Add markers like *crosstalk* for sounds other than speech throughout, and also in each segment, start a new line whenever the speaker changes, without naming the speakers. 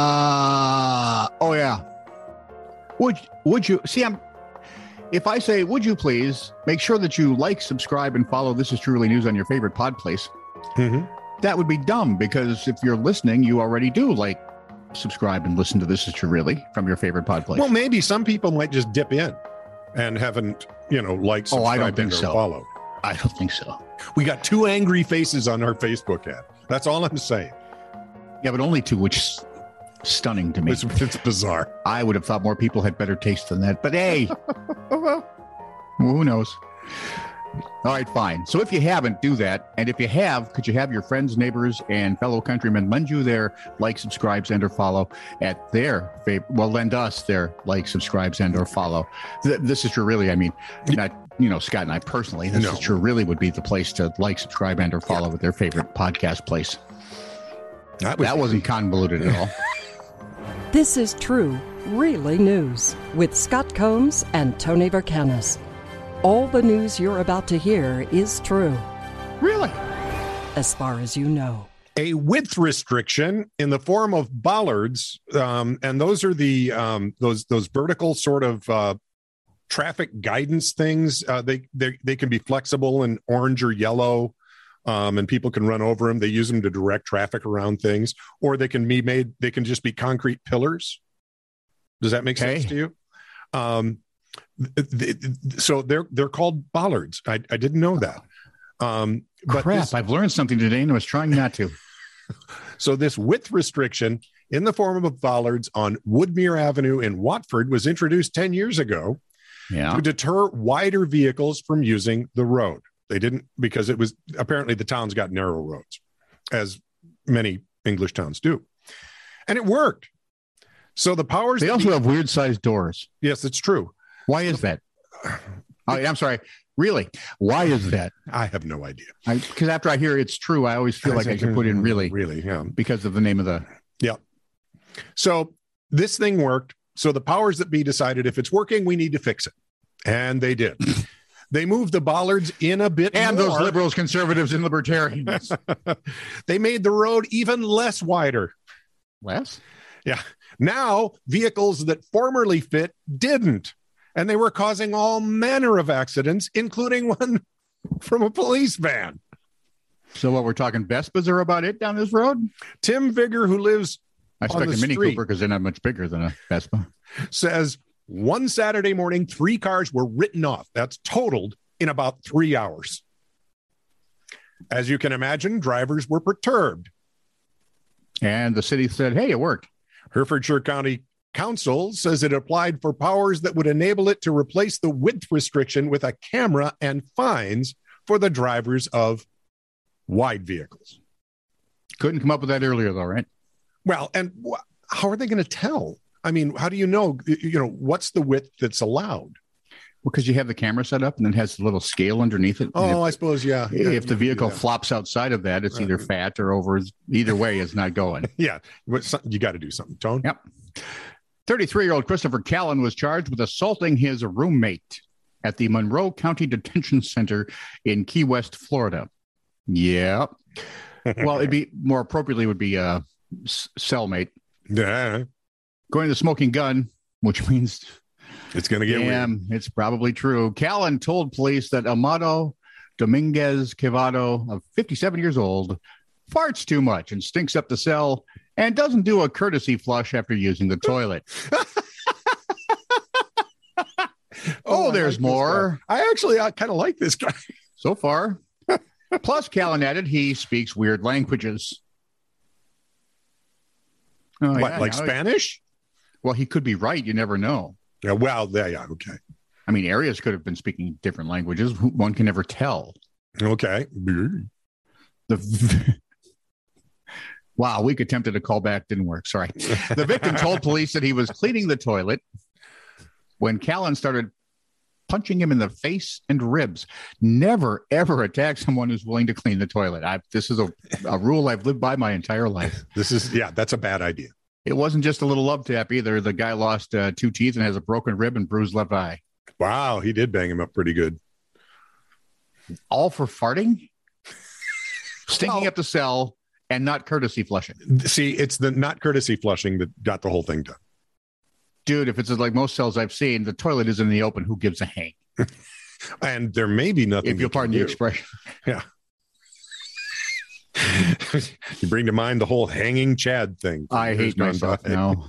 Uh, oh yeah. Would would you see? I'm. If I say, "Would you please make sure that you like, subscribe, and follow This Is Truly News on your favorite pod place,"
Mhm.
that would be dumb because if you're listening, you already do like, subscribe, and listen to This Is Truly from your favorite pod place.
Well, maybe some people might just dip in and haven't, you know, liked,
Oh, I
subscribed,
don't think
and or
so.
follow.
I don't think so.
We got two angry faces on our Facebook ad. That's all I'm saying.
Yeah, but only two, which is stunning to me.
It's, it's bizarre.
I would have thought more people had better taste than that. But hey,
Oh, well.
who knows? All right, fine. So if you haven't, do that. And if you have, could you have your friends, neighbors, and fellow countrymen lend you their like, subscribes, and or follow at their favorite? Well, lend us their like, subscribes, and or follow. Th- this is true, really. I mean, not you know Scott and I personally. This
No.
is true. Really, would be the place to like, subscribe, and or follow at their favorite podcast place.
That was
That wasn't convoluted at all.
*laughs*
This is true, really news with Scott Combs and Tony Vercanis. All the news you're about to hear is true,
really?
as far as you know.
a width restriction in the form of bollards, um, and those are the um, those those vertical sort of uh, traffic guidance things. Uh, they they they can be flexible and orange or yellow, um, and people can run over them. They use them to direct traffic around things, or they can be made. They can just be concrete pillars. Does that make sense
Okay.
to you? Um, th- th- th- so they're they're called bollards. I, I didn't know that. Um, but
Crap!
this-
I've learned something today, and I was trying not
*laughs*
to.
So this width restriction in the form of bollards on Woodmere Avenue in Watford was introduced 10 years ago
Yeah.
to deter wider vehicles from using the road. They didn't because it was apparently the town's got narrow roads as many English towns do. And it worked. So the powers
They
that
also
be-
have weird sized doors.
yes, it's true.
Why is that? Oh, I'm sorry. Really? Why is that?
I have no idea.
Because after I hear it's true, I always feel like I should put in really
Really, yeah.
because of the name of the.
So this thing worked. So the powers that be decided if it's working, we need to fix it. And
*laughs*
they did. they moved the bollards in a bit
And
more.
those liberals, conservatives, and *laughs* libertarians.
they made the road even less wider.
Less?
Now, vehicles that formerly fit didn't. And they were causing all manner of accidents, including *laughs* one from a police van.
So, what we're talking, Vespas are about it down this road?
Tim Vigor, who lives
I
On
expect
the
a Mini
street.
Cooper because they're not much bigger than a Vespa.
says one Saturday morning, three cars were written off. That's totaled in about three hours. As you can imagine, drivers were perturbed.
And the city said, hey, it worked.
Herefordshire County Council says it applied for powers that would enable it to replace the width restriction with a camera and fines for the drivers of wide vehicles.
Couldn't come up with that earlier, though, right?
Well, and wh- how are they going to tell? I mean, how do you know? You know, what's the width that's allowed?
Because you have the camera set up and then it has the little scale underneath it. And
Oh, I suppose, yeah.
if, if the vehicle
yeah.
flops outside of that, it's
Right.
either fat or over. Either way, it's not going.
yeah, But some- you got to do something, Tone.
33 year old Christopher Callan was charged with assaulting his roommate at the Monroe County Detention Center in Key West, Florida.
*laughs*
Yeah. Well, it'd be more appropriately would be a s- cellmate
yeah,
going to the smoking gun, which means
it's going to get weird.
damn, it's probably true. Callan told police that Amado Dominguez Cavado of 57 years old farts too much and stinks up the cell and doesn't do a courtesy flush after using the toilet. Oh,
I
there's
like this
more.
guy. I actually I kind of like this guy.
So far. *laughs* Plus, Callan added he speaks weird languages. Oh,
What,
yeah,
like
no,
Spanish?
Well, he could be right. You never know.
Yeah, well, yeah, yeah, okay.
I mean, Arias could have been speaking different languages. Who- One can never tell.
Okay. Brr.
The *laughs* wow, weak attempt at a callback didn't work. Sorry. The victim told police that he was cleaning the toilet when Callan started punching him in the face and ribs. Never ever attack someone who's willing to clean the toilet. I, this is a, a rule I've lived by my entire life.
This is yeah, that's a bad idea.
It wasn't just a little love tap either. The guy lost uh, two teeth and has a broken rib and bruised left eye.
Wow, he did bang him up pretty good.
All for farting, stinking
Well-
up the cell, and not courtesy flushing.
See, it's the not courtesy flushing that got the whole thing done.
Dude, if it's like most cells I've seen, the toilet is in the open. Who gives a hang?
And there may be nothing.
If
we
you'll
can
pardon the
do.
expression. *laughs*
*laughs* you bring to mind the whole hanging Chad thing.
I
There's
hate
none
myself
by-
now.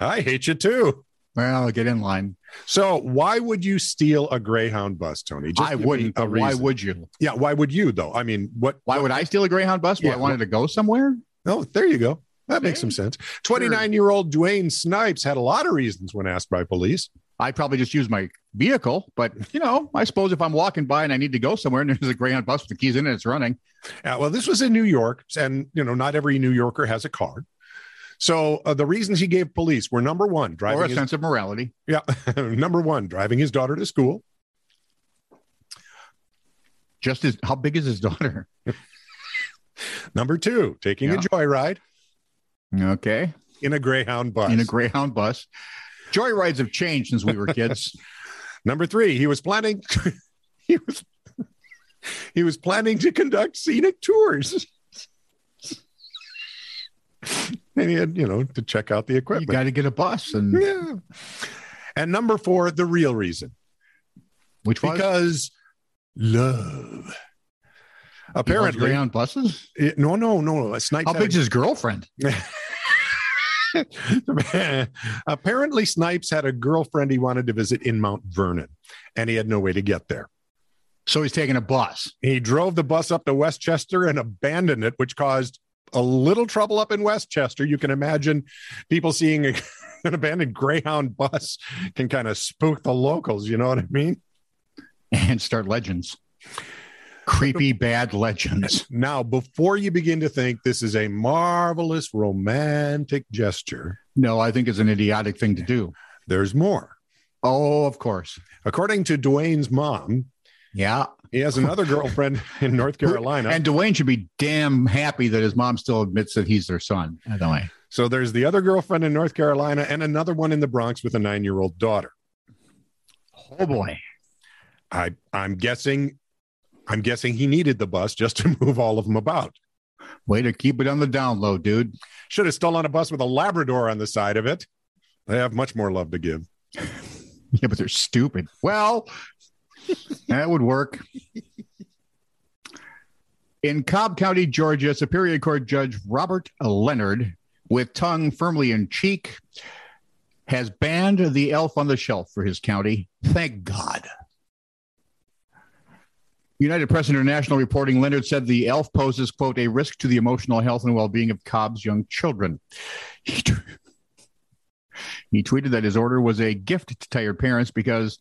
I hate you too.
Well, get in line.
So why would you steal a Greyhound bus, Tony? *laughs* Just
I
give me
wouldn't.
A
but why
reason.
would you?
Yeah, why would you though? I mean, what?
Why would I steal a Greyhound bus? Well,
Yeah.
I wanted to go somewhere.
Oh, there you go. That makes some sense. 29 year old Dwayne Snipes had a lot of reasons when asked by police.
I probably just use my vehicle, but you know, I suppose if I'm walking by and I need to go somewhere *laughs* and there's a Greyhound bus with the keys in it, it's running.
Uh, well, this was in New York, and you know, not every New Yorker has a car. So uh, the reasons he gave police were number one, driving
or a
his
sense of morality.
Yeah. *laughs* Number one, driving his daughter to school.
Just as how big is his *laughs* daughter?
Number two, taking a
Yeah.
joyride
Okay.
in a Greyhound bus.
In a Greyhound bus. Joyrides have changed since we were
*laughs*
kids.
Number three, he was planning. *laughs* he was. He was planning to conduct scenic tours. and he had, you know, to check out the
you
equipment.
got to get a bus. And
yeah. And number four, the real reason.
which was
Because love.
He loves
Apparently,
Greyhound buses.
it- no, no, no. A snipe
How big's his girlfriend?
*laughs* Apparently, Snipes had a girlfriend he wanted to visit in Mount Vernon, and he had no way to get there.
So he's taking a bus.
He drove the bus up to Westchester and abandoned it, which caused a little trouble up in Westchester. You can imagine people seeing *laughs* a, an abandoned Greyhound bus can kind of spook the locals. You know what I mean?
and start legends. *laughs* Creepy bad legends.
Now, before you begin to think this is a marvelous romantic gesture,
No, I think it's an idiotic thing to do.
there's more.
Oh, of course.
According to Dwayne's mom,
Yeah.
He has another girlfriend *laughs* in North Carolina.
And Dwayne should be damn happy that his mom still admits that he's their son, by the way.
so there's the other girlfriend in North Carolina and another one in the Bronx with a nine year old daughter.
Oh boy.
I, I'm guessing I'm guessing he needed the bus just to *laughs* move all of them about.
Way to keep it on the down low, dude.
Should have stolen a bus with a Labrador on the side of it. They have much more love to give.
*laughs* Yeah, but they're stupid. Well, that would work. In Cobb County, Georgia, Superior Court Judge Robert Leonard, with tongue firmly in cheek, has banned the elf on the shelf for his county. Thank God. United Press International reporting Leonard said the elf poses, quote, a risk to the emotional health and well being of Cobb's young children. He he tweeted that his order was a gift to tired parents because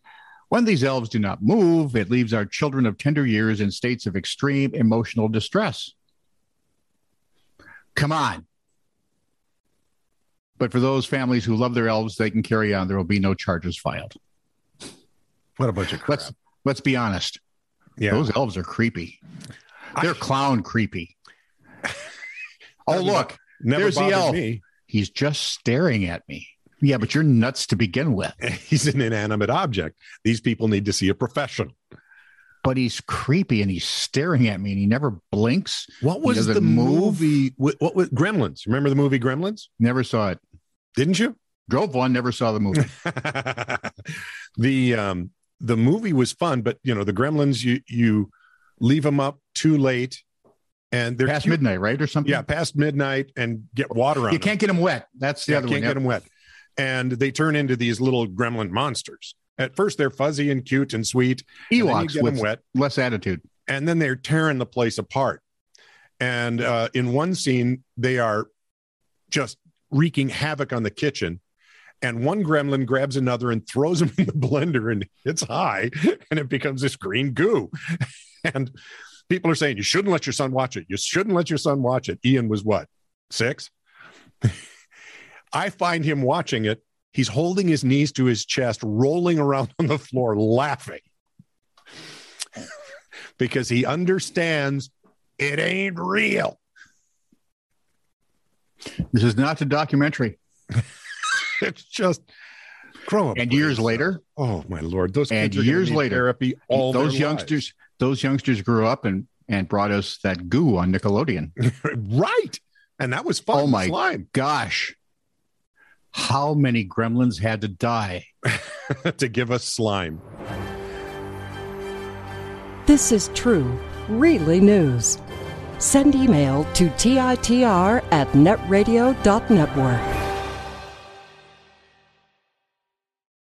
when these elves do not move, it leaves our children of tender years in states of extreme emotional distress. Come on. But for those families who love their elves, they can carry on. There will be no charges filed.
What a bunch of crap.
Let's let's be honest.
yeah.
Those elves are creepy. They're clown
*laughs*
creepy. oh, look,
Never
there's the
bothered
elf.
me. *laughs*
he's just staring at me. Yeah, but you're nuts to begin with.
He's an inanimate object. These people need to see a professional.
but he's creepy and he's staring at me and he never blinks.
What
was the movie-
What, what was Gremlins? Remember the movie Gremlins?
Never saw it.
Didn't you?
Drove one, never saw the movie.
*laughs* the um the movie was fun, but you know the Gremlins you you leave them up too late, and they're
Past
cute.
midnight, right? Or something?
yeah past midnight and get water on.
You can't get him wet. That's the
them.
other
Yeah, can't
one.
get them wet, and they turn into these little Gremlin monsters. At first, they're fuzzy and cute and sweet.
Yep.
and then you
Ewoks
get them
with
wet,
less attitude.
and then they're tearing the place apart. And uh, in one scene, they are just wreaking havoc on the kitchen. And one gremlin grabs another and throws him *laughs* in the blender, and it's high, and it becomes this green goo. *laughs* And people are saying, You shouldn't let your son watch it. You shouldn't let your son watch it. Ian was what, six? *laughs* I find him watching it. He's holding his knees to his chest, rolling around *laughs* on the floor, laughing because he understands it ain't real. *laughs*
This is not a documentary.
It's just grow up.
And
please.
years later,
oh my lord, those
And
kids are gonna
years
need
later,
therapy all
those
their lives.
youngsters, those youngsters grew up and and brought us that goo on Nickelodeon.
right. And that was fun.
Oh my-
slime *laughs*
Gosh, how many gremlins had to die?
to give us slime.
This is true, really news. Send email to TITR at netradio.network.